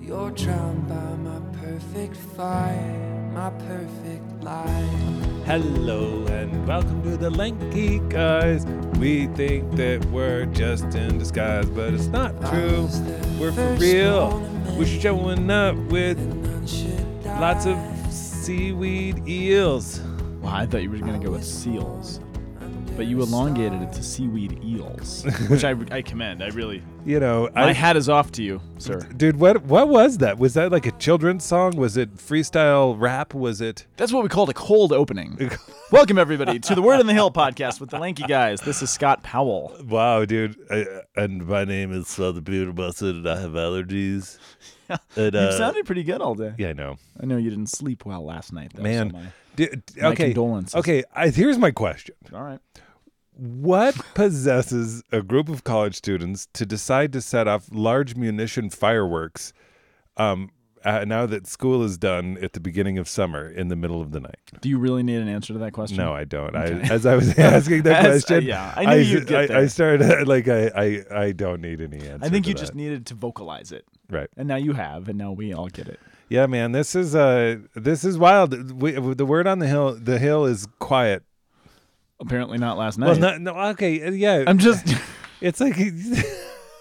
You're drowned by my perfect fire, my perfect lie. Hello and welcome to the Lanky Guys. We think that we're just in disguise, but it's not true. We're for real. We're showing up with None should die. lots of seaweed eels. Well, I thought you were going to go with seals, but you elongated it to seaweed eels, which I, I commend. I really. You know, My I hat is off to you, sir. dude, what what was that? Was that like a children's song? Was it freestyle rap? Was it? That's what we called a cold opening. Welcome, everybody, to the Word on the Hill podcast with the Lanky Guys. This is Scott Powell. Wow, dude. I, and my name is Southern Peter Busted, and I have allergies. And, you uh, sounded pretty good all day. yeah, I know. I know you didn't sleep well last night, though. so Man. my- D- d- my okay. condolences. Okay. I, here's my question. all right. What possesses a group of college students to decide to set off large munition fireworks um, uh, now that school is done at the beginning of summer in the middle of the night? Do you really need an answer to that question? No, I don't. I, as I was asking that As- uh, question, yeah, I knew you'd get I, I there. started like I, I, I don't need any answer. I think to you that. just needed to vocalize it. right. And now you have, and now we all get it. Yeah, man. This is uh this is wild. We, the word on the hill, the hill is quiet. Apparently not last night. Well, no, no. Okay, uh, yeah. I'm just it's like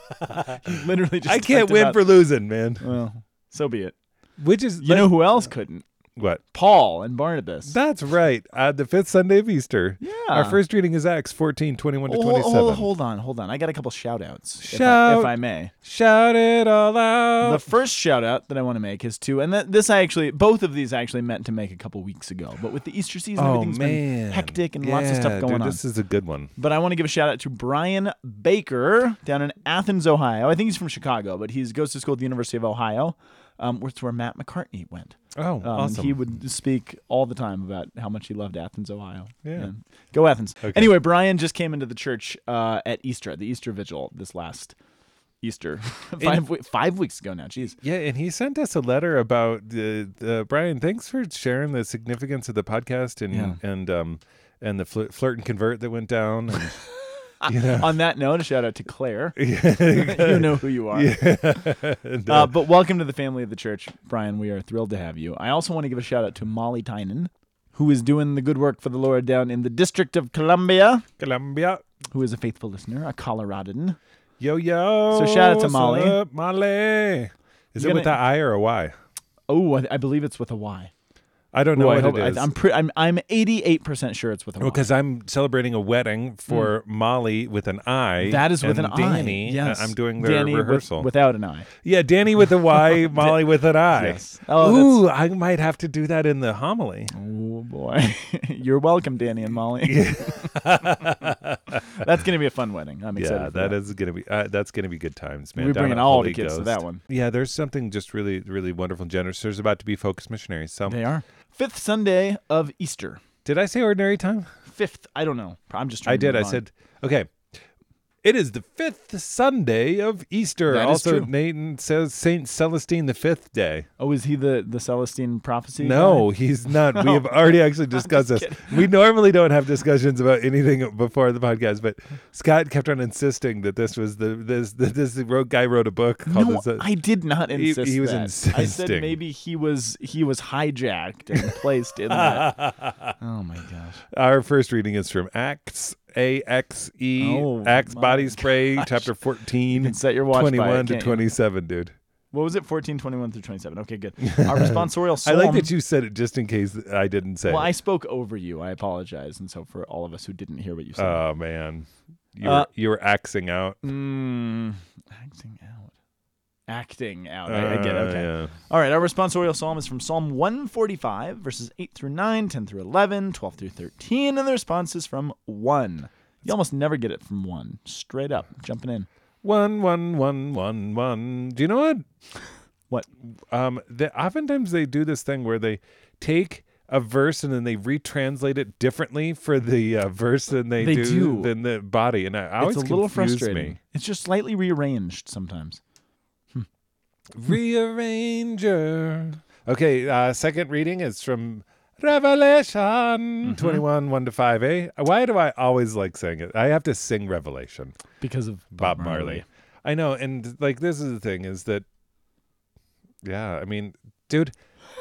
literally just. I can't typed it win out. for losing, man. Well, so be it. Which is You know who else couldn't? What? Paul and Barnabas. That's right. Uh, the fifth Sunday of Easter. yeah. Our first reading is Acts 14, 21 to Hol- 27. hol- hold on, hold on. I got a couple shout outs. If, Shout- I may. Shout it all out. The first shout out that I want to make is to, and th- this I actually, both of these I actually meant to make a couple weeks ago, but with the Easter season, oh, everything's man. been hectic and lots of stuff Yeah, going dude, on. This is a good one. But I want to give a shout out to Brian Baker down in Athens, Ohio. I think he's from Chicago, but he goes to school at the University of Ohio, um, which is where Matt McCartney went. Oh, Um, awesome. He would speak all the time about how much he loved Athens, Ohio. Yeah. Go Athens. Okay. Anyway, Brian just came into the church uh, at Easter, at the Easter Vigil this last Easter, five, we- five weeks ago now. Jeez. yeah, and he sent us a letter about the, the Brian. Thanks for sharing the significance of the podcast and Yeah. and um and the flir- flirt and convert that went down. and- you know, On that note, a shout out to Claire. yeah, you know who you are. and, Uh, uh, but welcome to the family of the church, Brian. We are thrilled to have you. I also want to give a shout out to Molly Tynan, who is doing the good work for the Lord down in the District of Columbia, Columbia, who is a faithful listener, a Coloradan. yo yo. So shout out to what's Molly. up, Molly. Is You it with the gonna- I or a Y? Oh, I, I believe it's with a Y. I don't know Ooh, what I hope, it is. I, am pre- I'm I'm 88 percent sure it's with a Y. because I'm celebrating a wedding for Molly with an I. Mm. That is with and an Danny. I. Yes, uh, I'm doing their Danny with- rehearsal. without an I. yeah, Danny with a Y, Molly with an I. Yes. Oh, Ooh, I might have to do that in the homily. Oh boy, you're welcome, Danny and Molly. That's gonna be a fun wedding. I'm excited. yeah, for that is gonna be uh, that's gonna be good times, man. We're Down bringing at all Holy the kids to Ghost. that one. Yeah, there's something just really, really wonderful and generous. There's about to be focused missionaries. So, They are fifth Sunday of Easter. did I say ordinary time? fifth. I don't know. I'm just. Trying I to did. move I on. said, okay. It is the fifth Sunday of Easter. That is also, true. Nathan says Saint Celestine the fifth day. "Oh, is he the the Celestine prophecy?" No, he's not. We have already actually discussed this. We normally don't have discussions about anything before the podcast, but Scott kept on insisting that this was the this that this wrote, guy wrote a book guy? called No, this. I did not He- insist. he was that. I said insisting. maybe he was he was hijacked and placed in that. Oh my gosh! Our first reading is from Acts A X E Oh, Acts my Body Spray chapter fourteen, You can set your watch by it, 21 to can't you? twenty seven, dude. What was it? 14, 21 through twenty-seven. Okay, good. Our responsorial I psalm. like that you said it just in case I didn't say. Well, I it. spoke over you. I apologize, and so for all of us who didn't hear what you said. Oh man, you were, Uh, you were axing out. Mm, acting out. Acting out. I, I get it. Uh, Okay. yeah. All right, our responsorial psalm is from Psalm 145, verses 8 through 9, 10 through 11, 12 through 13, and the response is from 1. You almost never get it from 1. Straight up, jumping in. One, one, one, one, one. Do you know what? What? Um, they, oftentimes they do this thing where they take a verse and then they retranslate it differently for the uh, verse than they, They do, do. than the body. And I I always It's a little confuse frustrating. Me. It's just slightly rearranged sometimes. Rearranger. Okay, uh, second reading is from Revelation Mm-hmm. 21, 1 to 5. Eh? Why do I always like saying it? I have to sing Revelation. Because of Bob Marley. I know, and like this is the thing is that Yeah, I mean, dude,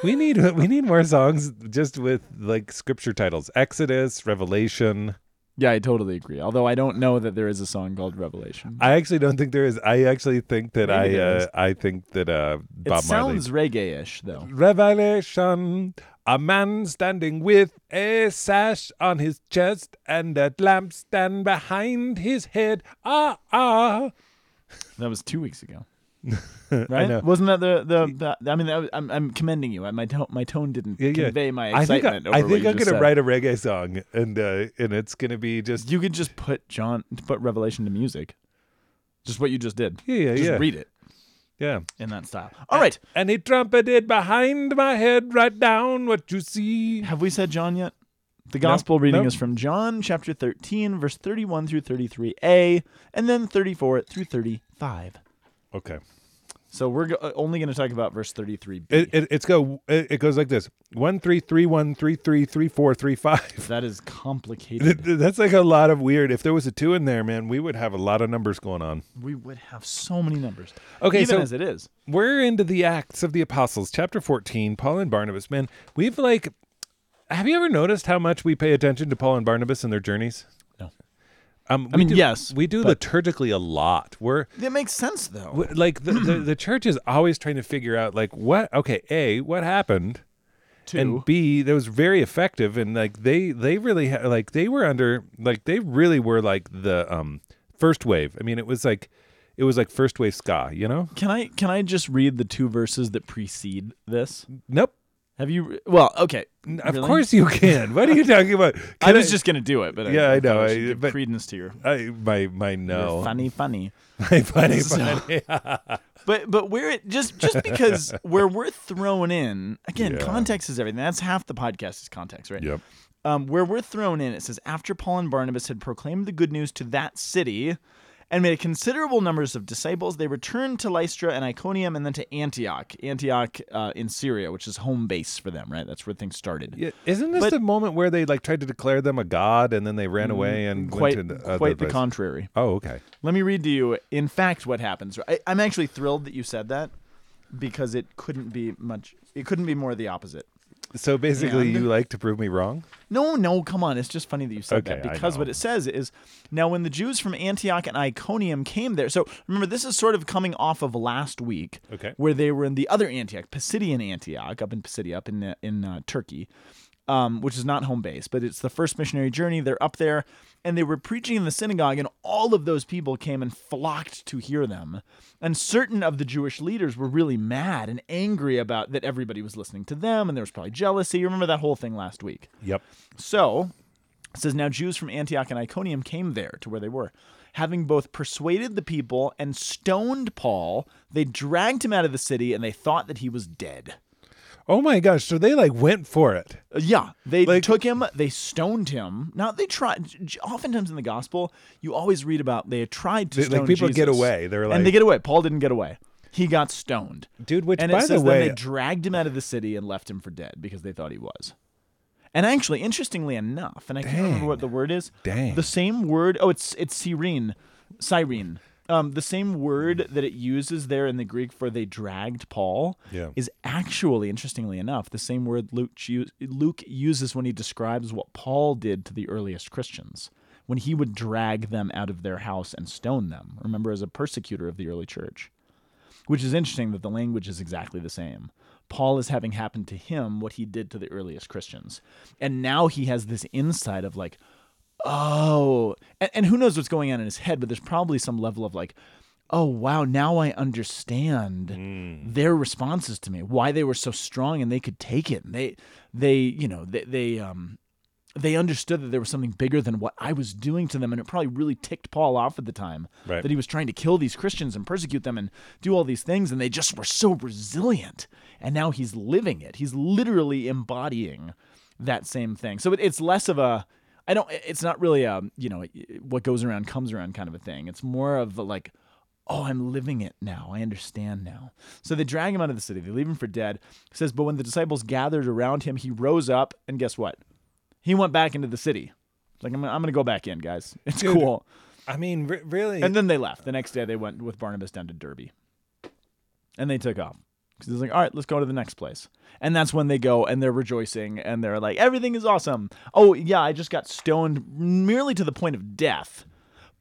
we need we need more songs just with like scripture titles: Exodus, Revelation. Yeah, I totally agree. Although I don't know that there is a song called Revelation. I actually don't think there is. I actually think that Maybe I there uh, is. I think that uh, Bob it sounds reggae-ish though. Marley. Revelation. A man standing with a sash on his chest and a lampstand behind his head. Ah ah. That was two weeks ago. right? know. Wasn't that the, the, the I mean, that was, I'm, I'm commending you. I- My tone, my tone didn't Yeah, yeah. convey my I think I, excitement I over what think you I'm just gonna said. write a reggae song and uh, and it's gonna be just You could just put John, put Revelation to music. Just what you just did. Yeah, yeah, Just yeah. read it yeah. in that style. All right. And he trumpeted behind my head, right down what you see. Have we said John yet? The gospel reading Nope. is from John chapter 13, verse 31 through 33a, and then 34 through 35. Okay. So we're go- uh, only going to talk about verse 33b. It, it it's go it, it goes like this one three three one three three three four three five. that is Th- complicated. th- That's like a lot of weird. If there was a two in there, man, we would have a lot of numbers going on. we would have so many numbers. Okay, even so- as it is. We're into the Acts of the Apostles, chapter fourteen. Paul and Barnabas, man, we've like. Have you ever noticed how much we pay attention to Paul and Barnabas and their journeys? No. Um, I we mean, do- yes, we do but- liturgically a lot. We're That makes sense, though. w- like the, the the church is always trying to figure out like what okay a what happened Two. and b that was very effective and like they they really ha- like they were under like they really were like the um first wave i mean it was like it was like first wave ska you know can I can I just read the two verses that precede this? nope Have you? Well, okay. N- of Really? course you can what are you talking about I Can was just gonna do it, but Oh. Yeah, I thought know, should I- give but- credence to your, I, my my your no funny, funny. my funny, So- funny. But but where it just just because where we're thrown in again, Yeah. context is everything. That's half the podcast is context, right? yep um, where we're thrown in. It says, After Paul and Barnabas had proclaimed the good news to that city and made considerable numbers of disciples, they returned to Lystra and Iconium and then to Antioch. Antioch uh, in Syria, which is home base for them, right? That's where things started. yeah, isn't this But- Mm, the moment where they like tried to declare them a god and then they ran away and Quite, went to the other quite the place? contrary. oh okay Let me read to you, in fact, what happens. I, I'm actually thrilled that you said that because it couldn't be much, it couldn't be more the opposite. So basically, And- you like to prove me wrong? No, no, come on. It's just funny that you said Okay, I that because know. what it says is now when the Jews from Antioch and Iconium came there. So remember, this is sort of coming off of last week, Okay. where they were in the other Antioch, Pisidian Antioch, up in Pisidia, up in uh, in uh, Turkey, um, which is not home base, but it's the first missionary journey. They're up there, and they were preaching in the synagogue, and all of those people came and flocked to hear them. And certain of the Jewish leaders were really mad and angry about that everybody was listening to them, and there was probably jealousy. Remember that whole thing last week. Yep. So it says now Jews from Antioch and Iconium came there to where they were. Having both persuaded the people and stoned Paul, they dragged him out of the city and they thought that he was dead. Oh my gosh! So they like went for it. Uh, Yeah, they Like- took him, they stoned him. Now they tried. j- Oftentimes in the gospel, you always read about they tried to They- like, stone people get Jesus. away. They're and they like- get away. Paul didn't get away. He got stoned, Dude, which, and by it the says way- then they dragged him out of the city and left him for dead because they thought he was. And actually, interestingly enough, and I can't remember what the word is. Dang. The same word. Oh, it's it's sirene, sirene. Um, the same word that it uses there in the Greek for they dragged Paul Yeah. is actually, interestingly enough, the same word Luke u- Luke uses when he describes what Paul did to the earliest Christians when he would drag them out of their house and stone them. Remember, as a persecutor of the early church which is interesting that the language is exactly the same. Paul is having happened to him what he did to the earliest Christians. And now he has this insight of like, oh, and, and who knows what's going on in his head, but there's probably some level of like, oh, wow, now I understand their responses to me, why they were so strong and they could take it. And they, they, you know, they, they, um, they understood that there was something bigger than what I was doing to them, and it probably really ticked Paul off at the time Right. that he was trying to kill these Christians and persecute them and do all these things, and they just were so resilient. And now he's living it. He's literally embodying that same thing. So it, it's less of a I don't. It's not really a you know what goes around comes around kind of a thing. It's more of a, like oh, I'm living it now. I understand now. So they drag him out of the city. They leave him for dead. It says, but when the disciples gathered around him, he rose up and guess what? He went back into the city. It's Like I'm, gonna- I'm gonna go back in, guys. It's Dude. cool. I mean, re- really. And then they left. The next day, they went with Barnabas down to Derby, and they took off 'cause because he's like, all right, let's go to the next place. And that's when they go and they're rejoicing and they're like, everything is awesome. Oh, yeah, I just got stoned merely to the point of death,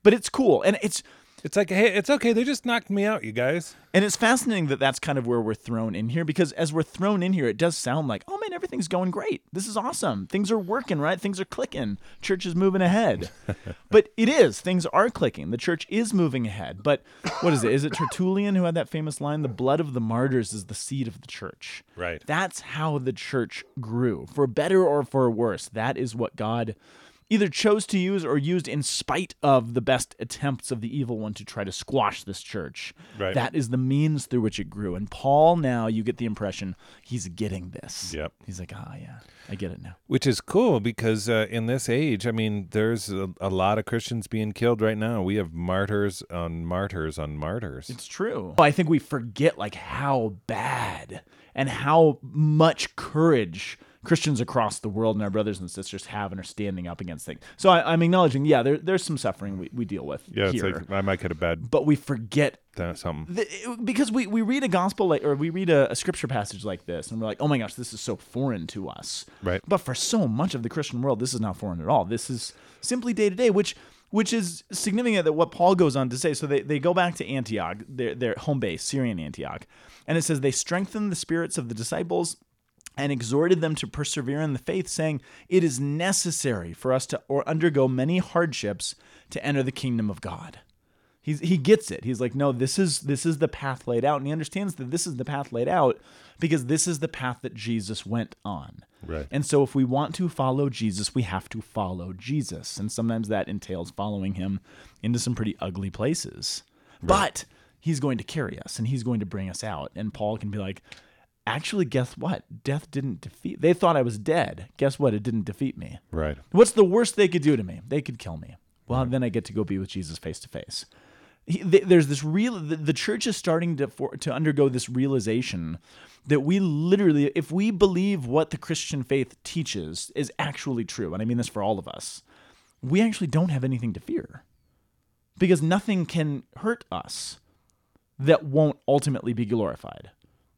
but it's cool. And it's, It's like, hey, it's okay. They just knocked me out, you guys. and it's fascinating that that's kind of where we're thrown in here because as we're thrown in here, it does sound like, oh man, everything's going great. This is awesome. Things are working, right? Things are clicking. Church is moving ahead. but it is. Things are clicking. The church is moving ahead. But what is it? Is it Tertullian who had that famous line, the blood of the martyrs is the seed of the church? Right. That's how the church grew. For better or for worse, that is what God either chose to use or used in spite of the best attempts of the evil one to try to squash this church. Right. That is the means through which it grew. And Paul now you get the impression he's getting this. Yep. He's like, "Ah, yeah. I get it now." Which is cool because uh, in this age, I mean, there's a, a lot of Christians being killed right now. We have martyrs on martyrs on martyrs. It's true. I think we forget like how bad and how much courage Christians across the world and our brothers and sisters have and are standing up against things. So I, I'm acknowledging, yeah, there, there's some suffering we, we deal with yeah, it's here, like I might get a bad but we forget th- something. the, it- because we, we read a gospel like or we read a, a scripture passage like this and we're like oh my gosh this is so foreign to us Right. but for so much of the christian world this is not foreign at all this is simply day to day which which is significant that what paul goes on to say so they, they go back to antioch their, their home base syrian antioch and it says they strengthened the spirits of the disciples and exhorted them to persevere in the faith, saying, It is necessary for us to or undergo many hardships to enter the kingdom of God. He's, he gets it. He's like, no, this is this is the path laid out, and he understands that this is the path laid out because this is the path that Jesus went on. Right. And so, if we want to follow Jesus, we have to follow Jesus, and sometimes that entails following him into some pretty ugly places. But he's going to carry us, and he's going to bring us out. And Paul can be like, actually, guess what? Death didn't defeat. They thought I was dead. Guess what? It didn't defeat me. Right. What's the worst they could do to me? They could kill me. Well, then I get to go be with Jesus face to face. He- th- There's this real. The, the church is starting to for, to undergo this realization that we literally, if we believe what the Christian faith teaches is actually true, and I mean this for all of us, we actually don't have anything to fear because nothing can hurt us that won't ultimately be glorified.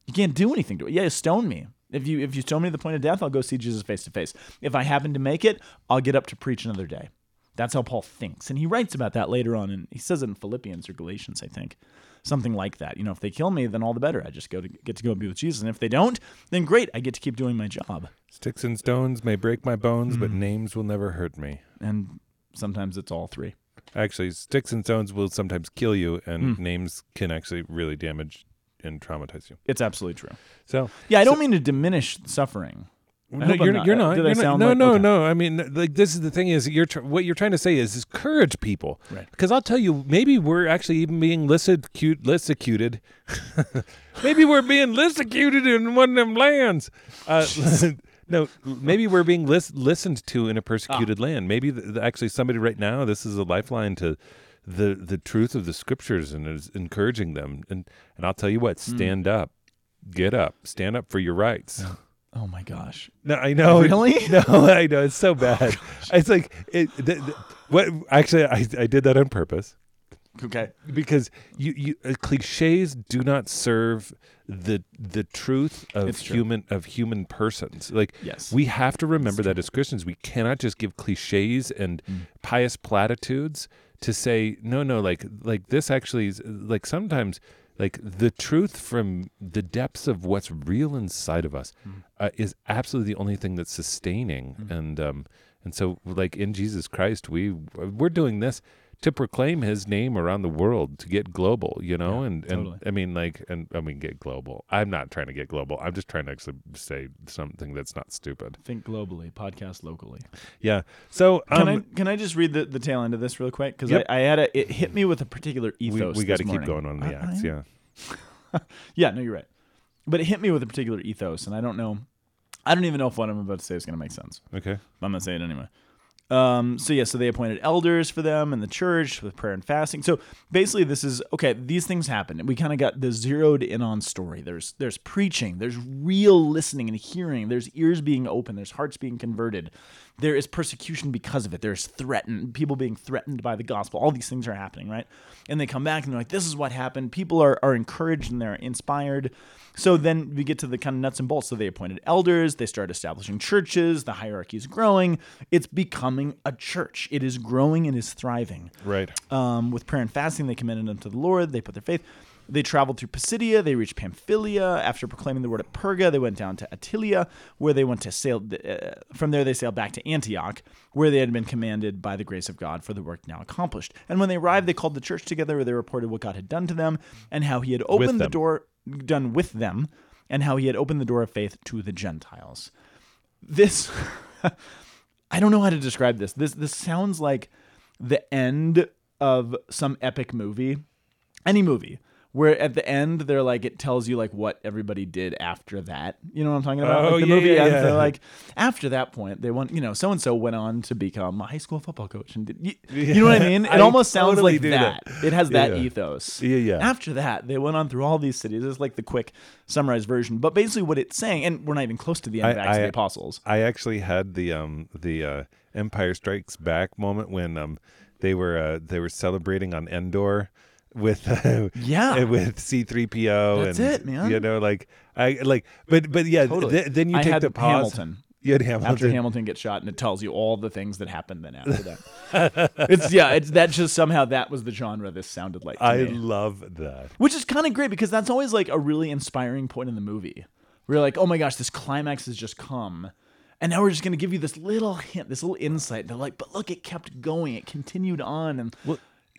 You can't do anything to it. Yeah, stone me. If you if you stone me to the point of death, I'll go see Jesus face to face. If I happen to make it, I'll get up to preach another day. That's how Paul thinks, and he writes about that later on, and he says it in Philippians or Galatians, I think, something like that. You know, if they kill me, then all the better. I just go to get to go be with Jesus, and if they don't, then great, I get to keep doing my job. Sticks and stones may break my bones, but names will never hurt me. And sometimes it's all three. Actually, sticks and stones will sometimes kill you, and names can actually really damage and traumatize you. It's absolutely true. So Yeah, I don't mean to diminish suffering. I no, hope I'm you're not- you're not. Did I you're not- sound no, like- no, okay. no. I mean, like this is the thing is you're tr- what you're trying to say is is courage people. Right. Because I'll tell you, maybe we're actually even being lissecu- lissecuted. maybe we're being lissecuted in one of them lands. Uh, no, maybe we're being lis- listened to in a persecuted Ah. land. Maybe th- th- actually somebody right now, this is a lifeline to the the truth of the scriptures and is encouraging them. And and I'll tell you what, Hmm. stand up, get up, stand up for your rights. Oh my gosh. No, I know. Really? Oh, No, I know. It's so bad. it's like it. Th- th- what? Actually, I, I did that on purpose Okay. because you, you uh, cliches do not serve the the truth of It's true. human of human persons. Like Yes. we have to remember that as Christians, we cannot just give cliches and pious platitudes to say no, no. Like like this actually is like sometimes. Like the truth from the depths of what's real inside of us uh, is absolutely the only thing that's sustaining, and um, and so like in Jesus Christ, we we're doing this to proclaim his name around the world to get global you know and and totally. i mean like and i mean get global i'm not trying to get global i'm just trying to actually say something that's not stupid Think globally, podcast locally. yeah so um Can I can I just read the, the tail end of this real quick? Because Yep. I, I had a it hit me with a particular we, ethos. we got to keep going on the I- acts I- yeah Yeah, no, you're right. But it hit me with a particular ethos, and I don't know. I don't even know if what I'm about to say is going to make sense. okay But I'm going to say it anyway. Um, so yeah, so they appointed elders for them in the church with prayer and fasting. So basically, this is okay. These things happen. We kind of got the zeroed in on story. There's there's preaching. There's real listening and hearing. There's ears being open. There's hearts being converted. There is persecution because of it. There's threatened people being threatened by the gospel. All these things are happening, right? And they come back and they're like, "This is what happened." People are are encouraged and they're inspired. So then we get to the kind of nuts and bolts. So they appointed elders, they started establishing churches, the hierarchy is growing. It's becoming a church. It is growing and is thriving. Right. Um, with prayer and fasting, they commended unto the Lord, they put their faith. They traveled through Pisidia, they reached Pamphylia. After proclaiming the word at Perga, they went down to Attilia, where they went to sail. Uh, from there, they sailed back to Antioch, where they had been commanded by the grace of God for the work now accomplished. And when they arrived, they called the church together, where they reported what God had done to them and how he had opened the them. door done with them and how he had opened the door of faith to the Gentiles. This I don't know how to describe this. This this sounds like the end of some epic movie, any movie where at the end they're like it tells you like what everybody did after that. You know what I'm talking about? Oh, like the yeah, movie yeah, ends, yeah. they're like after that point they went, you know, so and so went on to become a high school football coach and did, you, you know what I mean? It I almost sounds totally like do that. that. It has that Yeah. ethos. Yeah, yeah. After that, they went on through all these cities. It's like the quick summarized version, but basically what it's saying and we're not even close to the end of I- Acts of I- the Apostles. I actually had the um the uh, Empire Strikes Back moment when um they were uh, they were celebrating on Endor with uh, Yeah. with C three PO That's and it, man. you know like I like but but yeah th- Totally. th- then you I take had the pause Hamilton. you had Hamilton after Hamilton gets shot, and it tells you all the things that happened then after that. it's yeah, it's that just somehow that was the genre this sounded like. to I me. love that which is kind of great because that's always like a really inspiring point in the movie. We're like, oh my gosh, this climax has just come. And now we're just going to give you this little hint, this little insight. They're like, but look, it kept going. It continued on. And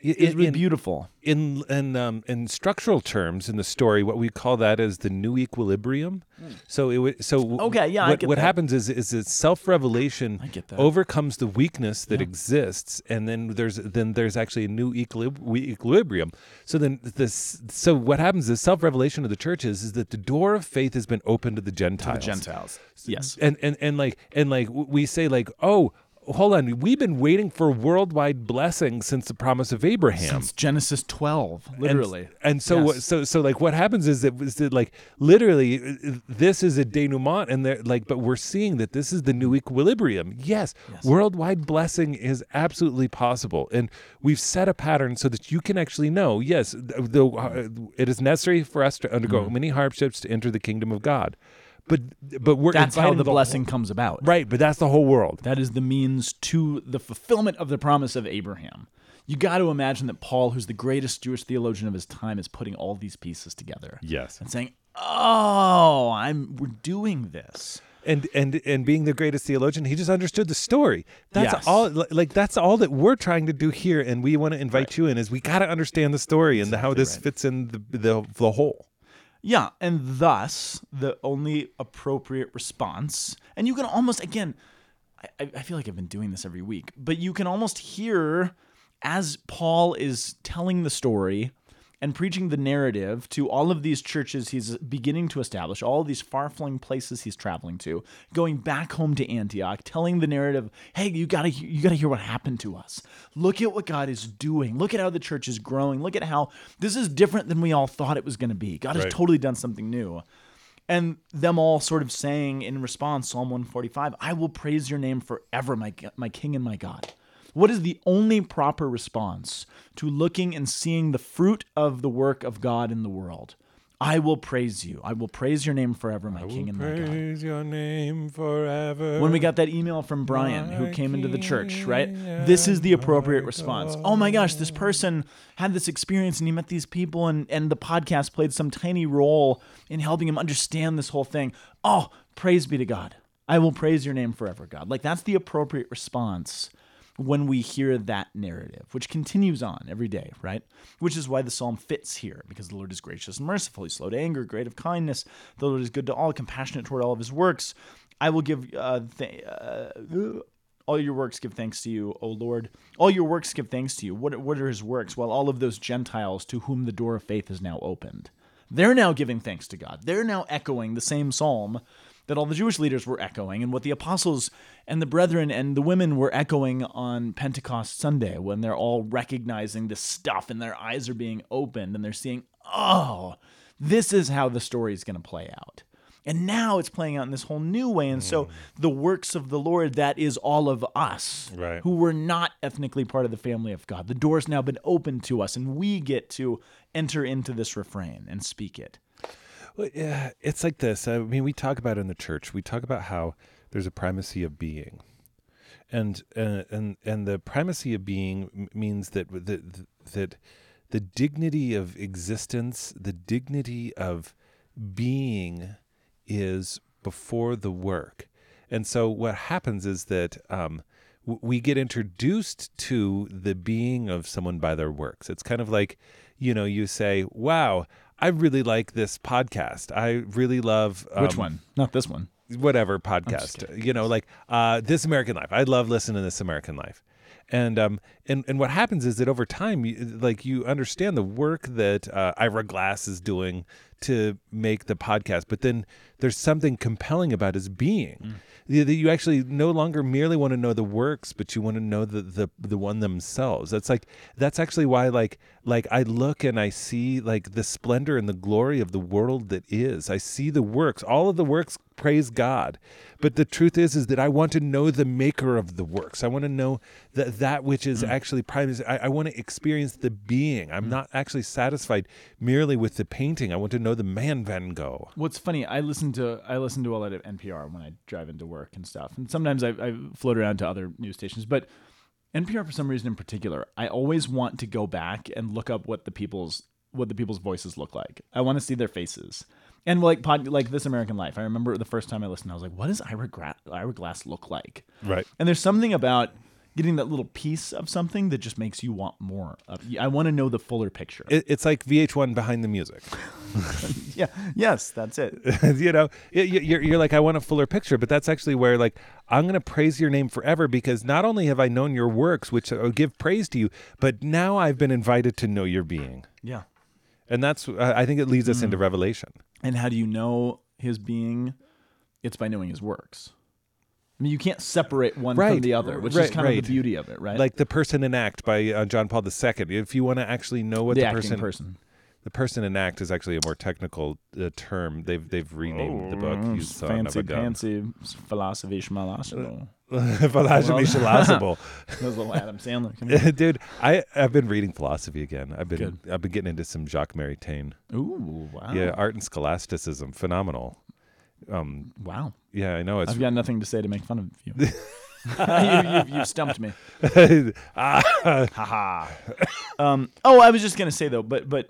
it's really beautiful. in in um, in structural terms in the story, what we call that is the new equilibrium. So it would so w- Hmm. Okay, yeah, I What, get what that. happens is is that self revelation get that. overcomes the weakness that exists, and then there's then there's actually a new equilib- we- equilibrium. So then this so what happens is self revelation of the church is, is that the door of faith has been opened to the Gentiles. Gentiles. Yes. And and and like and like w- we say like oh. Hold on, we've been waiting for worldwide blessing since the promise of Abraham. It's Genesis 12, And- literally. And, so, what, Yes. so, so, like, what happens is that, is that, like, literally, uh, uh, this is a denouement, and they're like, but we're seeing that this is the new equilibrium. Yes, worldwide blessing is absolutely possible, and we've set a pattern so that you can actually know. Yes, th- the, uh, it is necessary for us to undergo Mm-hmm. many hardships to enter the kingdom of God, but but we're that's how inviting the whole- blessing comes about. right? But that's the whole world. That is the means to the fulfillment of the promise of Abraham. You got to imagine that Paul, who's the greatest Jewish theologian of his time, is putting all these pieces together. Yes. And saying, "Oh, I'm we're doing this." and and and being the greatest theologian he just understood the story that's Yes. all li- like that's all that we're trying to do here and we want to invite you in is we got to understand the story and how this fits in the, the the whole Yeah, and thus the only appropriate response, and you can almost again, I, I- I feel like I've been doing this every week, but you can almost hear as Paul is telling the story and preaching the narrative to all of these churches he's beginning to establish, all these far-flung places he's traveling to, going back home to Antioch, telling the narrative, "Hey, you got to you got to hear what happened to us. Look at what God is doing. Look at how the church is growing. Look at how this is different than we all thought it was going to be. God has Right. totally done something new." and them all sort of saying in response psalm 145 i will praise your name forever my, my king and my god what is the only proper response to looking and seeing the fruit of the work of god in the world i will praise you i will praise your name forever my king and my god your name forever when we got that email from Brian who came into the church, right? This is the appropriate response. Oh my gosh, this person had this experience and he met these people and and the podcast played some tiny role in helping him understand this whole thing. Oh, praise be to God. I will praise your name forever, God. Like that's the appropriate response when we hear that narrative, which continues on every day, right? Which is why the psalm fits here, because the Lord is gracious and merciful. He's slow to anger, great of kindness. The Lord is good to all, compassionate toward all of his works. I will give uh, th- uh, all your works give thanks to you, O Lord. All your works give thanks to you. What, what are his works? Well, all of those Gentiles to whom the door of faith is now opened. They're now giving thanks to God. They're now echoing the same psalm that all the Jewish leaders were echoing and what the apostles and the brethren and the women were echoing on Pentecost Sunday when they're all recognizing this stuff and their eyes are being opened and they're seeing, oh, this is how the story is going to play out. And now it's playing out in this whole new way. And Hmm. so the works of the Lord, that is all of us Right. who were not ethnically part of the family of God. The door's now been opened to us, and we get to enter into this refrain and speak it. Well, yeah, it's like this. I mean, we talk about it in the church. We talk about how there's a primacy of being, and uh, and and the primacy of being m- means that the, that the dignity of existence, the dignity of being, is before the work. And so what happens is that um, w- we get introduced to the being of someone by their works. It's kind of like, you know, you say, wow, I really like this podcast. I really love um, Which one? Not this one. whatever podcast. You know, like uh, This American Life. I love listening to This American Life. And um and, and what happens is that over time, you, like you understand the work that uh, Ira Glass is doing to make the podcast, but then there's something compelling about his being You- that you actually no longer merely want to know the works, but you want to know the the the one themselves. That's like that's actually why like like I look and I see like the splendor and the glory of the world that is. I see the works, all of the works praise God. But the truth is, is that I want to know the maker of the works. I want to know that that which is actually prime. is- I, I want to experience the being. I'm not actually satisfied merely with the painting. I want to know the man Van Gogh. What's funny? I listen to I listen to a lot of NPR when I drive into work and stuff, and sometimes I, I float around to other news stations. But NPR, for some reason in particular, I always want to go back and look up what the people's what the people's voices look like. I want to see their faces. And like pod, like This American Life, I remember the first time I listened, I was like, "What does Ira, Gra- Ira Glass look like?" Right. And there's something about getting that little piece of something that just makes you want more. Of, I want to know the fuller picture. It, it's like VH1 behind the music. yeah. Yes, that's it. you know, y- y- you're, you're like, I want a fuller picture, but that's actually where, like, I'm going to praise your name forever because not only have I known your works, which uh, give praise to you, but now I've been invited to know your being. Yeah. And that's, uh, I think it leads us Hmm. into Revelation. And how do you know his being? It's by knowing his works. I mean, you can't separate one from Right, the other, which is right, kind of right. the beauty of it, right? like the person in act by uh, john paul ii if you want to actually know what the, the, acting person, person. the person in act is actually a more technical uh, term they've they've renamed the book you saw Oh, Fancy of a gun. pantsy philosophy shmalashmo. Philosophy Shalazable. That was a little Adam Sandler. Come here. dude i i've been reading philosophy again i've been Good. i've been getting into some jacques maritain Ooh, wow. yeah art and scholasticism phenomenal Wow. yeah i know it's I've got nothing to say to make fun of you. you, you, you stumped me. Ah. Haha. um, oh, I was just gonna say though, but but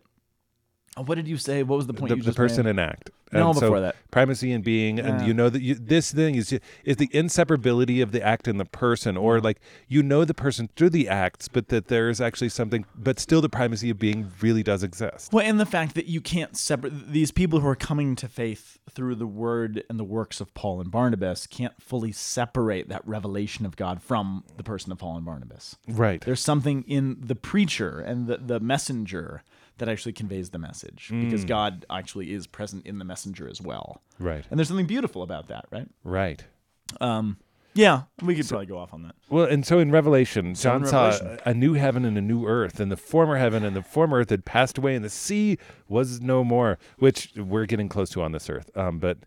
what did you say? What was the point? the, you the just made? person in act. No, And so before that. primacy and being, and Yeah. you know that you, this thing is is the inseparability of the act and the person, or like you know the person through the acts, but that there is actually something, but still the primacy of being really does exist. Well, and the fact that you can't separate these people who are coming to faith through the word and the works of Paul and Barnabas can't fully separate that revelation of God from the person of Paul and Barnabas. Right. There's something in the preacher and the, the messenger that actually conveys the message because God actually is present in the messenger as well. Right. And there's something beautiful about that, right? Right. Yeah, we could probably go off on that. Well, and so in Revelation, John in saw Revelation. a new heaven and a new earth, and the former heaven and the former earth had passed away, and the sea was no more, which we're getting close to on this earth. Um, but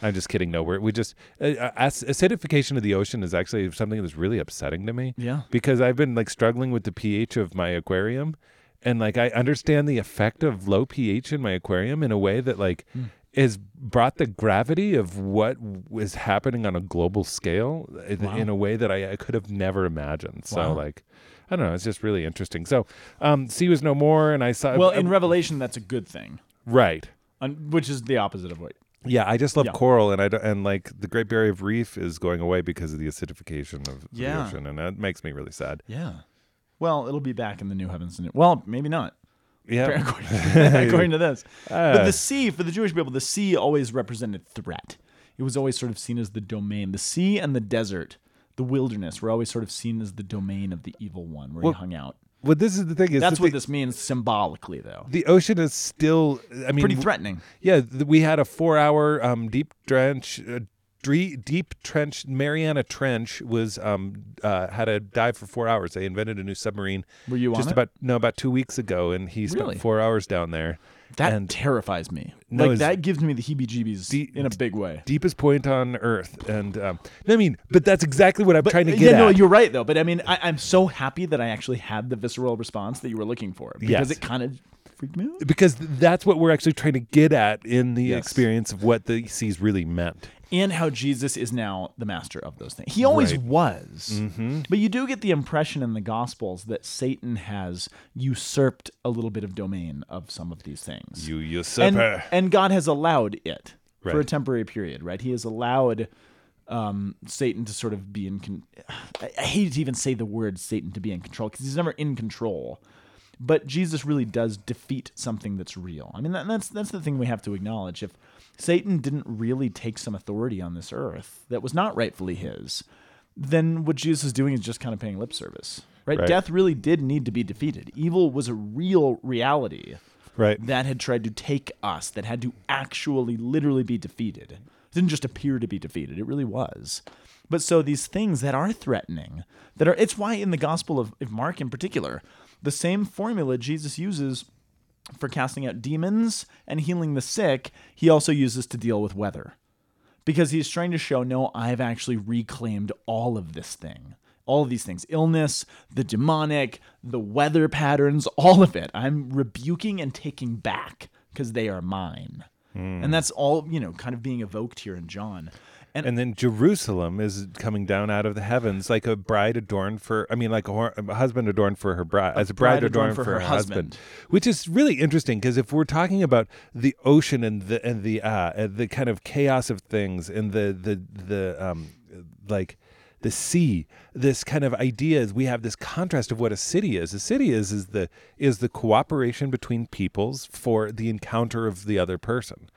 I'm just kidding. No, we're, we just uh, uh, ac- acidification of the ocean is actually something that's really upsetting to me. Yeah. because I've been like struggling with the pH of my aquarium, and like I understand the effect of low pH in my aquarium in a way that like. Has brought the gravity of what was happening on a global scale uh, in a way that I, I could have never imagined. So Wow. like, I don't know, it's just really interesting. So, um, sea was no more, and I saw Well, uh, in Revelation, that's a good thing, right. un- which is the opposite of what. Yeah, I just love Yeah. coral, and I don't, and like the Great Barrier Reef is going away because of the acidification of Yeah. the ocean, and that makes me really sad. Yeah. Well, it'll be back in the new heavens and new. Well, maybe not. Yeah, according, to, according to this. but the sea, for the Jewish people, the sea always represented threat. It was always sort of seen as the domain. The sea and the desert, the wilderness, were always sort of seen as the domain of the evil one where he hung out. well, this is the thing is That's that what the, this means symbolically, though. the ocean is still. I mean, Pretty threatening. Yeah, th- we had a four-hour um, deep drench uh, dre- deep trench Mariana Trench was um uh, had a dive for four hours. They invented a new submarine. Were you just on it? about no about two weeks ago, and he spent Really? four hours down there. That and- terrifies me. No, like it's- that gives me the heebie-jeebies D- in a big way. Deepest point on Earth, and um, I mean, but that's exactly what I'm trying to get uh, yeah, at. no, you're right though. But I mean, I, I'm so happy that I actually had the visceral response that you were looking for because Yes. it kind of freaked me out. because th- that's what we're actually trying to get at in the Yes. experience of what the seas really meant. And how Jesus is now the master of those things. He always Right. was. But you do get the impression in the Gospels that Satan has usurped a little bit of domain of some of these things. You and, usurper. and God has allowed it for a Right. temporary period, right? He has allowed um, Satan to sort of be in. Con- I, I hate to even say the word Satan to be in control because he's never in control. But Jesus really does defeat something that's real. I mean, that, that's that's the thing we have to acknowledge. If Satan didn't really take some authority on this earth that was not rightfully his, then what Jesus is doing is just kind of paying lip service, right? Right. Death really did need to be defeated. Evil was a real reality Right. that had tried to take us, that had to actually literally be defeated. It didn't just appear to be defeated, it really was. But so these things that are threatening, that are it's why in the Gospel of, of Mark in particular, the same formula Jesus uses for casting out demons and healing the sick, he also uses to deal with weather. Because he's trying to show, no, I've actually reclaimed all of this thing. All of these things illness, the demonic, the weather patterns, all of it. I'm rebuking and taking back because they are mine. And that's all, you know, kind of being evoked here in John. And, and then Jerusalem is coming down out of the heavens like a bride adorned for I mean like a, hor- a husband adorned for her bride as a bride, adorned, for, her, husband. which is really interesting because if we're talking about the ocean and the and the uh and the kind of chaos of things and the the the um like the sea this kind of idea is we have this contrast of what a city is a city is is the is the cooperation between peoples for the encounter of the other person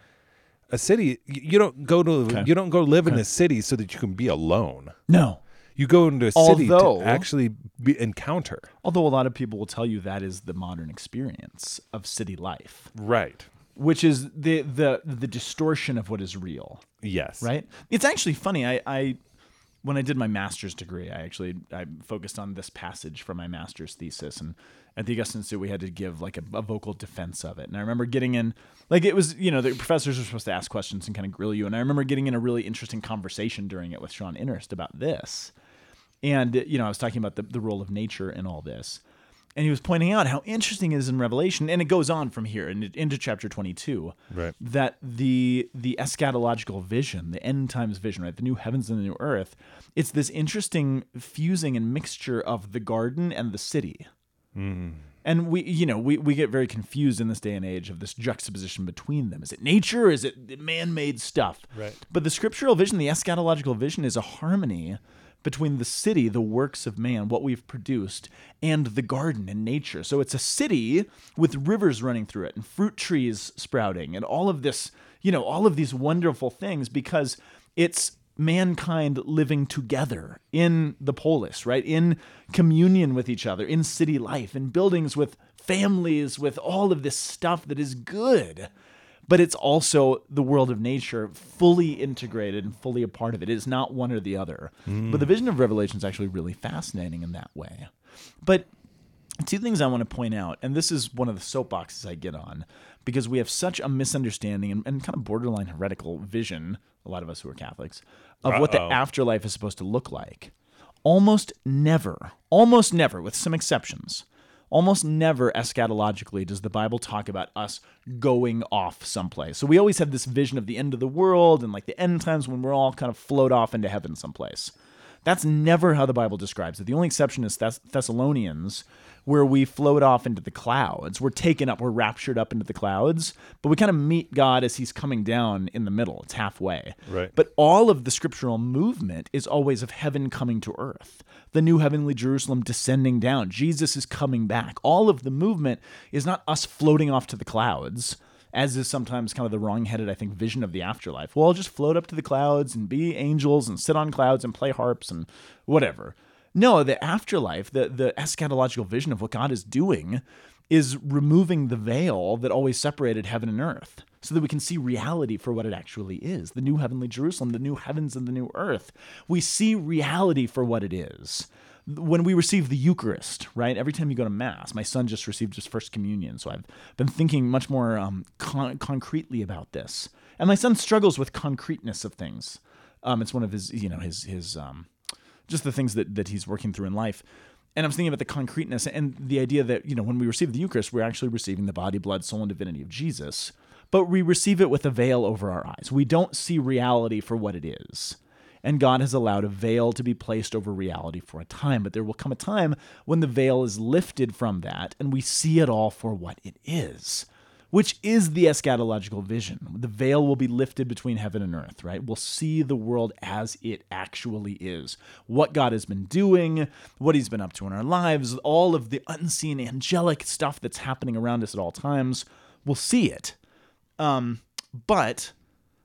a city y- you don't go to you don't go live in a city so that you can be alone no. you go into a city Although- to actually be, encounter Although a lot of people will tell you that is the modern experience of city life, right which is the the the distortion of what is real. yes right? It's actually funny. I, I when I did my master's degree, I actually I focused on this passage from my master's thesis, and at the Augustine Institute, we had to give like a, a vocal defense of it. And I remember getting in, like it was, you know, the professors were supposed to ask questions and kind of grill you. And I remember getting in a really interesting conversation during it with Sean Innerst about this. And, you know, I was talking about the, the role of nature in all this. And he was pointing out how interesting it is in Revelation, and it goes on from here and it- into chapter 22, Right. that the the eschatological vision, the end times vision, right, the new heavens and the new earth, it's this interesting fusing and mixture of the garden and the city. And we, you know, we, we get very confused in this day and age of this juxtaposition between them. Is it nature? Is it man made stuff? Right. But the scriptural vision, the eschatological vision, is a harmony between the city, the works of man, what we've produced, and the garden and nature. So it's a city with rivers running through it and fruit trees sprouting and all of this, you know, all of these wonderful things because it's mankind living together in the polis, right? In communion with each other, in city life, in buildings with families, with all of this stuff that is good. But it's also the world of nature fully integrated and fully a part of it. It is not one or the other. But the vision of Revelation is actually really fascinating in that way. But two things I want to point out, and this is one of the soapboxes I get on, because we have such a misunderstanding and, and kind of borderline heretical vision, a lot of us who are Catholics, of what the Uh-oh. afterlife is supposed to look like. Almost never, almost never, with some exceptions, almost never eschatologically does the Bible talk about us going off someplace. So we always have this vision of the end of the world and like the end times when we're all kind of float off into heaven someplace. That's never how the Bible describes it. The only exception is Thess- Thessalonians, where we float off into the clouds. We're taken up, we're raptured up into the clouds, but we kind of meet God as he's coming down in the middle. It's halfway. Right. But all of the scriptural movement is always of heaven coming to earth, the new heavenly Jerusalem descending down. Jesus is coming back. All of the movement is not us floating off to the clouds. As is sometimes kind of the wrong-headed, I think, vision of the afterlife. Well, I'll just float up to the clouds and be angels and sit on clouds and play harps and whatever. No, the afterlife, the the eschatological vision of what God is doing, is removing the veil that always separated heaven and earth. so that we can see reality for what it actually is the new heavenly Jerusalem, the new heavens and the new earth. We see reality for what it is. When we receive the Eucharist, right? Every time you go to Mass, my son just received his first communion, so I've been thinking much more um, con- concretely about this. And my son struggles with concreteness of things. Um, it's one of his, you know, his his um, just the things that that he's working through in life. And I was thinking about the concreteness and the idea that you know when we receive the Eucharist, we're actually receiving the body, blood, soul, and divinity of Jesus, but we receive it with a veil over our eyes. We don't see reality for what it is. And God has allowed a veil to be placed over reality for a time, but there will come a time when the veil is lifted from that and we see it all for what it is which is the eschatological vision. The veil will be lifted between heaven and earth, right? We'll see the world as it actually is. What God has been doing, what he's been up to in our lives, all of the unseen angelic stuff that's happening around us at all times, we'll see it. Um, but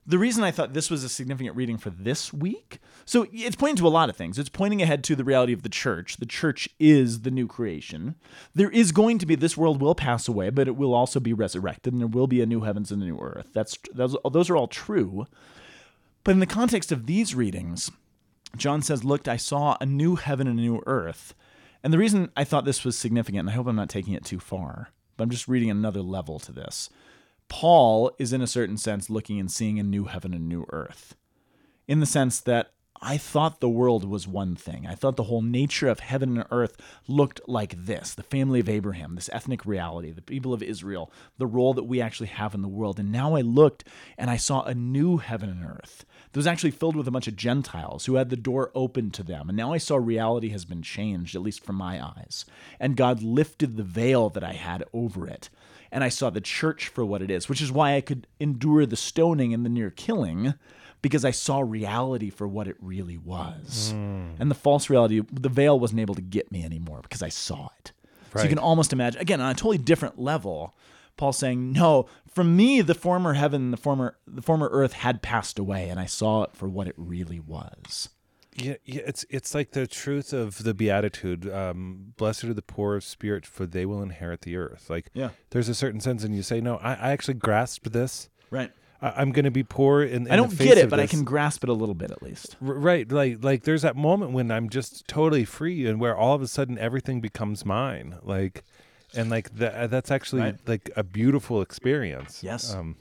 the reason I thought this was a significant reading for this week, so it's pointing to a lot of things. It's pointing ahead to the reality of the church. The church is the new creation. There is going to be this world will pass away, but it will also be resurrected, and there will be a new heavens and a new earth. That's those, those are all true. But in the context of these readings, John says, "Looked, I saw a new heaven and a new earth." And the reason I thought this was significant, and I hope I'm not taking it too far, but I'm just reading another level to this. Paul is, in a certain sense, looking and seeing a new heaven and new earth. In the sense that I thought the world was one thing. I thought the whole nature of heaven and earth looked like this the family of Abraham, this ethnic reality, the people of Israel, the role that we actually have in the world. And now I looked and I saw a new heaven and earth that was actually filled with a bunch of Gentiles who had the door open to them. And now I saw reality has been changed, at least from my eyes. And God lifted the veil that I had over it and I saw the church for what it is, which is why I could endure the stoning and the near killing because I saw reality for what it really was. Hmm. And the false reality, the veil wasn't able to get me anymore because I saw it. So you Right. can almost imagine, again, on a totally different level, Paul saying, No, for me, the former heaven, and the former, the former earth had passed away, and I saw it for what it really was. Yeah, yeah, it's it's like the truth of the beatitude. Um, Blessed are the poor of spirit, for they will inherit the earth. Like, Yeah. there's a certain sense, and you say, no, I, I actually grasped this. Right. I, I'm going to be poor. In, in I don't the face get it, of but I this." can grasp it a little bit at least. R- right, like like there's that moment when I'm just totally free, and where all of a sudden everything becomes mine. Like, and like that that's actually Right. like a beautiful experience. Yes. Um,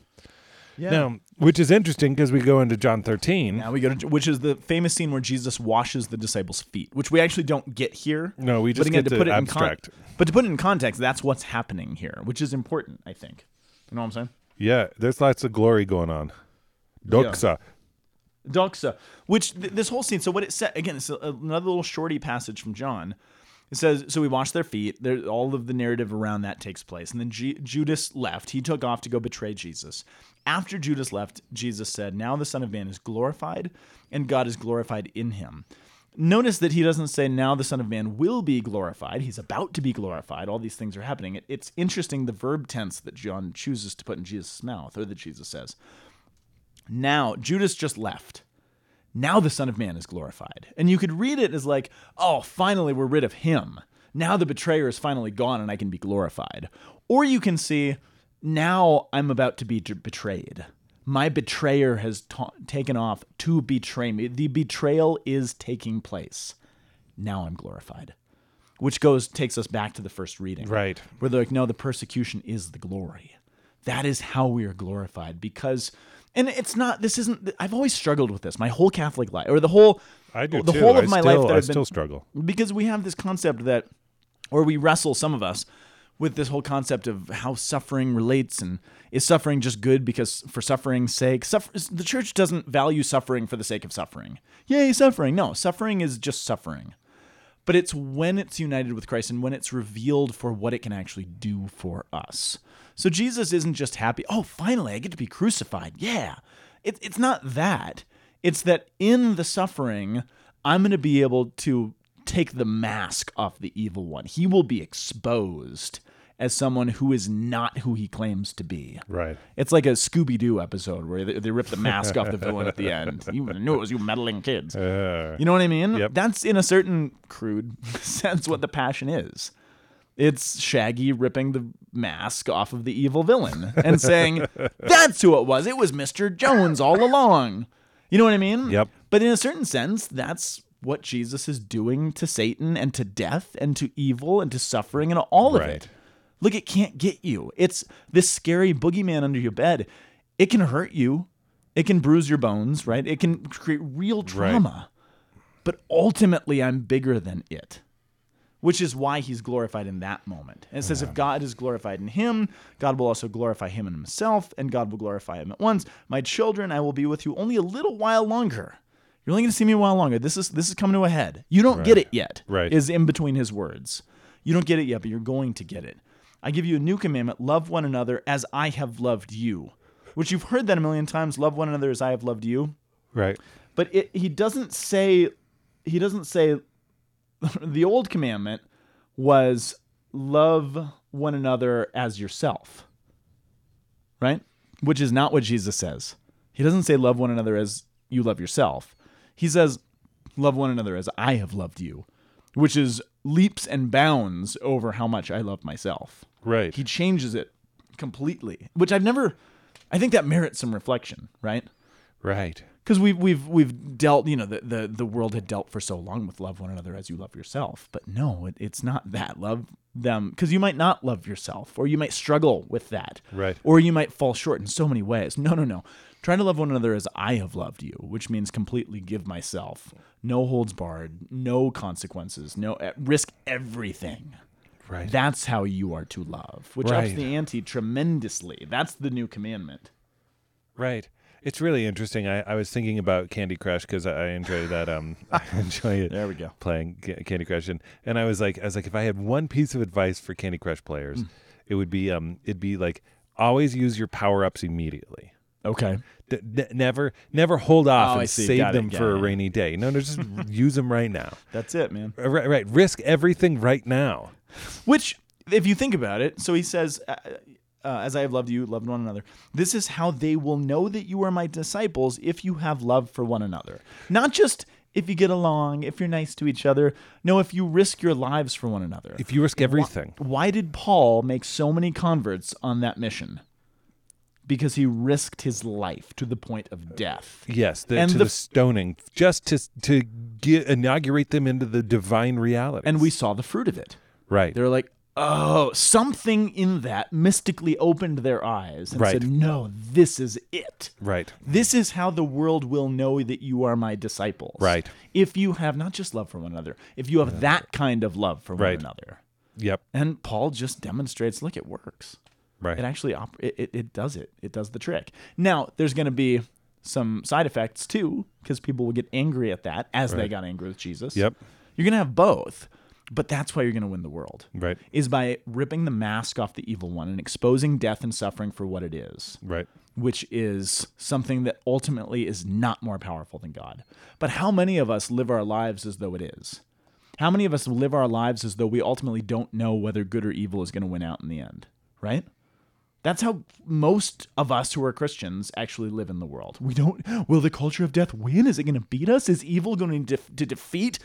Yeah. Now, which is interesting because we go into John 13. Now we go to which is the famous scene where Jesus washes the disciples' feet, which we actually don't get here. No, we But just again, get to the put it abstract. In con- but to put it in context, that's what's happening here, which is important, I think. You know what I'm saying? Yeah, there's lots of glory going on. Doxa. Doxa, which th- this whole scene. So what it said again, it's a- another little shorty passage from John. It says, "So we wash their feet." There, all of the narrative around that takes place, and then Ju- Judas left. He took off to go betray Jesus. After Judas left, Jesus said, "Now the Son of Man is glorified, and God is glorified in him." Notice that he doesn't say now the Son of Man will be glorified. He's about to be glorified. All these things are happening. It- it's interesting the verb tense that John chooses to put in Jesus' mouth, or that Jesus says. Now, Judas just left. Now the Son of Man is glorified. And you could read it as like, oh, finally we're rid of him. Now the betrayer is finally gone and I can be glorified. Or you can see, now I'm about to be d- betrayed. My betrayer has ta taken off to betray me. The betrayal is taking place. Now I'm glorified. Which goes takes us back to the first reading Right. where they're like, no, the persecution is the glory. That is how we are glorified because, and it's not, this isn't, I've always struggled with this my whole Catholic life or the whole, I do the too. whole of I my still- life that I I've been, still struggle. because we have this concept that, or we wrestle, some of us, with this whole concept of how suffering relates and is suffering just good because for suffering's sake, suffer, the church doesn't value suffering for the sake of suffering. Yay, suffering. No, suffering is just suffering but it's when it's united with Christ and when it's revealed for what it can actually do for us. So Jesus isn't just happy, oh, finally, I get to be crucified. Yeah. It, it's not that. It's that in the suffering, I'm going to be able to take the mask off the evil one. He will be exposed as someone who is not who he claims to be. Right. It's like a Scooby Doo episode where they, they rip the mask off the villain at the end. You knew it was you meddling kids. You know what I Uh, mean? Yep. That's in a certain crude sense what the passion is. It's Shaggy ripping the mask off of the evil villain and saying, That's who it was. It was Mr. Jones all along. You know what I mean? Yep. But in a certain sense, that's what Jesus is doing to Satan and to death and to evil and to suffering and all of Right. it. Look, it can't get you. It's this scary boogeyman under your bed. It can hurt you. It can bruise your bones, right? It can create real trauma. But ultimately, I'm bigger than it, which is why he's glorified in that moment. And it says, if God is glorified in him, God will also glorify him in himself, and God will glorify him at once. My children, I will be with you only a little while longer. You're only going to see me a while longer. This is this is coming to a head. You don't get it yet. Right. Is in between his words. You don't get it yet, but you're going to get it. I give you a new commandment love one another as I have loved you. Which you've heard that a million times love one another as I have loved you. Right. But it, he doesn't say, he doesn't say, the old commandment was love one another as yourself, right? Which is not what Jesus says. He doesn't say love one another as you love yourself. He says love one another as I have loved you, which is leaps and bounds over how much I love myself. Right. He changes it completely, which I've never, I think that merits some reflection, right? Right. because we've we've we've dealt you know the, the the world had dealt for so long with love one another as you love yourself but no it, it's not that love them because you might not love yourself or you might struggle with that Right. or you might fall short in so many ways no no no try to love one another as i have loved you which means completely give myself no holds barred no consequences no at risk everything Right. that's how you are to love which ups Right. the ante tremendously that's the new commandment Right. It's really interesting. I, I was thinking about Candy Crush because I, I enjoy that. Um, I enjoy it. There we go. Playing Ca- Candy Crush, and, and I was like, I was like, if I had one piece of advice for Candy Crush players, Mm. it would be, um, it'd be like, always use your power ups immediately. okay D- n- never, never hold off Oh, I and see. save Got it. them Yeah, for a yeah. rainy day. No, no, just use them right now. that's it man Right, right. Risk everything right now. Which, if you think about it, so he says, uh, uh, "As I have loved you, loved one another." This is how they will know that you are my disciples if you have love for one another, not just if you get along, if you're nice to each other. No, if you risk your lives for one another. If you risk everything, Why did Paul make so many converts on that mission? Because he risked his life to the point of death. yes, the, And to the- the, stoning, just to to get, inaugurate them into the divine reality. And we saw the fruit of it. right. They're like, oh, something in that mystically opened their eyes and Right. said, no, this is it. Right. This is how the world will know that you are my disciples. Right. If you have not just love for one another, if you have that kind of love for one Right. another. Yep. And Paul just demonstrates, look, it works. Right. It actually op- it, it, it does it. It does the trick. Now, there's going to be some side effects too, because people will get angry at that as they got angry with Jesus. Yep. You're going to have both, but that's why you're going to win the world. Right. Is by ripping the mask off the evil one and exposing death and suffering for what it is right. which is something that ultimately is not more powerful than God. But how many of us live our lives as though it is? How many of us live our lives as though we ultimately don't know whether good or evil is going to win out in the end, right? That's how most of us who are Christians actually live in the world. We don't, will the culture of death win? Is it going to beat us? Is evil going to, def- to defeat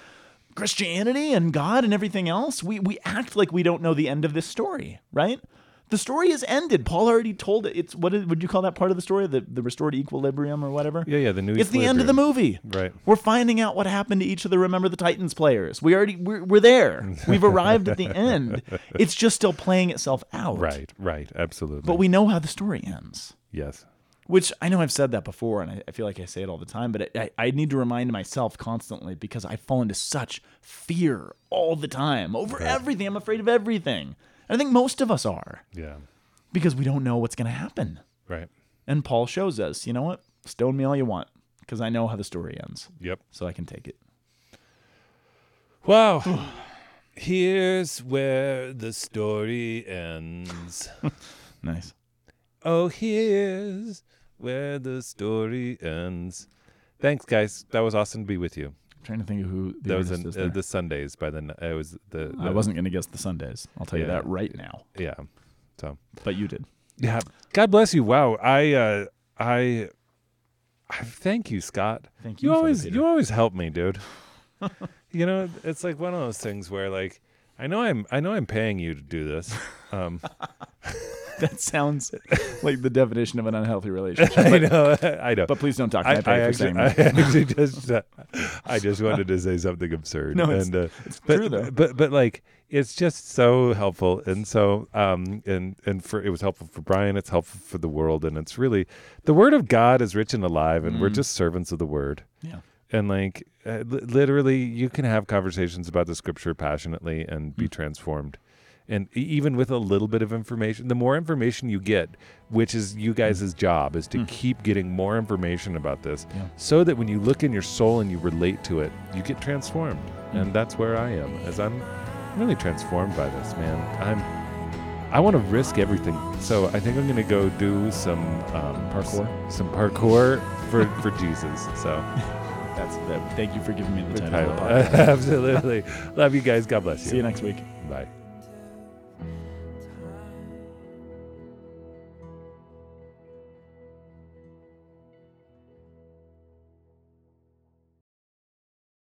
Christianity and God and everything else? We, we act like we don't know the end of this story, right? The story is ended. Paul already told it. It's what is- would you call that part of the story? The, the restored equilibrium or whatever? Yeah, yeah, the new It's the end of the movie. Right. We're finding out what happened to each of the Remember the Titans players. We already we're, we're there. We've arrived at the end. It's just still playing itself out. Right. Right. Absolutely. But we know how the story ends. yes. Which I know I've said that before, and I, I feel like I say it all the time, but I, I, I need to remind myself constantly because I fall into such fear all the time over everything. I'm afraid of everything. And I think most of us are Yeah. because we don't know what's going to happen. Right. And Paul shows us, you know what? Stone me all you want because I know how the story ends, Yep. so I can take it. Wow. Here's where the story ends. Nice. oh, here's where the story ends. Thanks, guys. That was awesome to be with you. I'm trying to think of who the That was artist in, is uh, there. the Sundays by the. n- It was the. I the- wasn't going to guess the Sundays. I'll tell you Yeah. that right now. Yeah. So. But you did. Yeah. God bless you. Wow. I. uh I. I thank you, Scott. Thank You you for the always. theater. You always help me, dude. you know, it's like one of those things where like. I know I'm I know I'm paying you to do this. Um, That sounds like the definition of an unhealthy relationship. I know I know. But please don't talk to I, me. I, I, pay you for actually, saying I that. actually just uh, I just wanted to say something absurd. No, it's- and, uh, it's but, true, though. But but like it's just so helpful and so um and and for it was helpful for Brian. It's helpful for the world, and it's really the Word of God is rich and alive, and Mm. we're just servants of the Word. Yeah. And like uh, li- literally, you can have conversations about the Scripture passionately and Mm. be transformed. And e- even with a little bit of information, the more information you get, which is you Mm. guys' job, is to keep getting more information about this Yeah. so that when you look in your soul and you relate to it, you get transformed. Mm-hmm. And that's where I am, as I'm really transformed by this, man. I'm I want to risk everything, so I think I'm gonna go do some um, Parkour? s- some parkour for for Jesus. So That's that. Thank you for giving me the time. absolutely love you guys. God bless you. See you next week. Bye.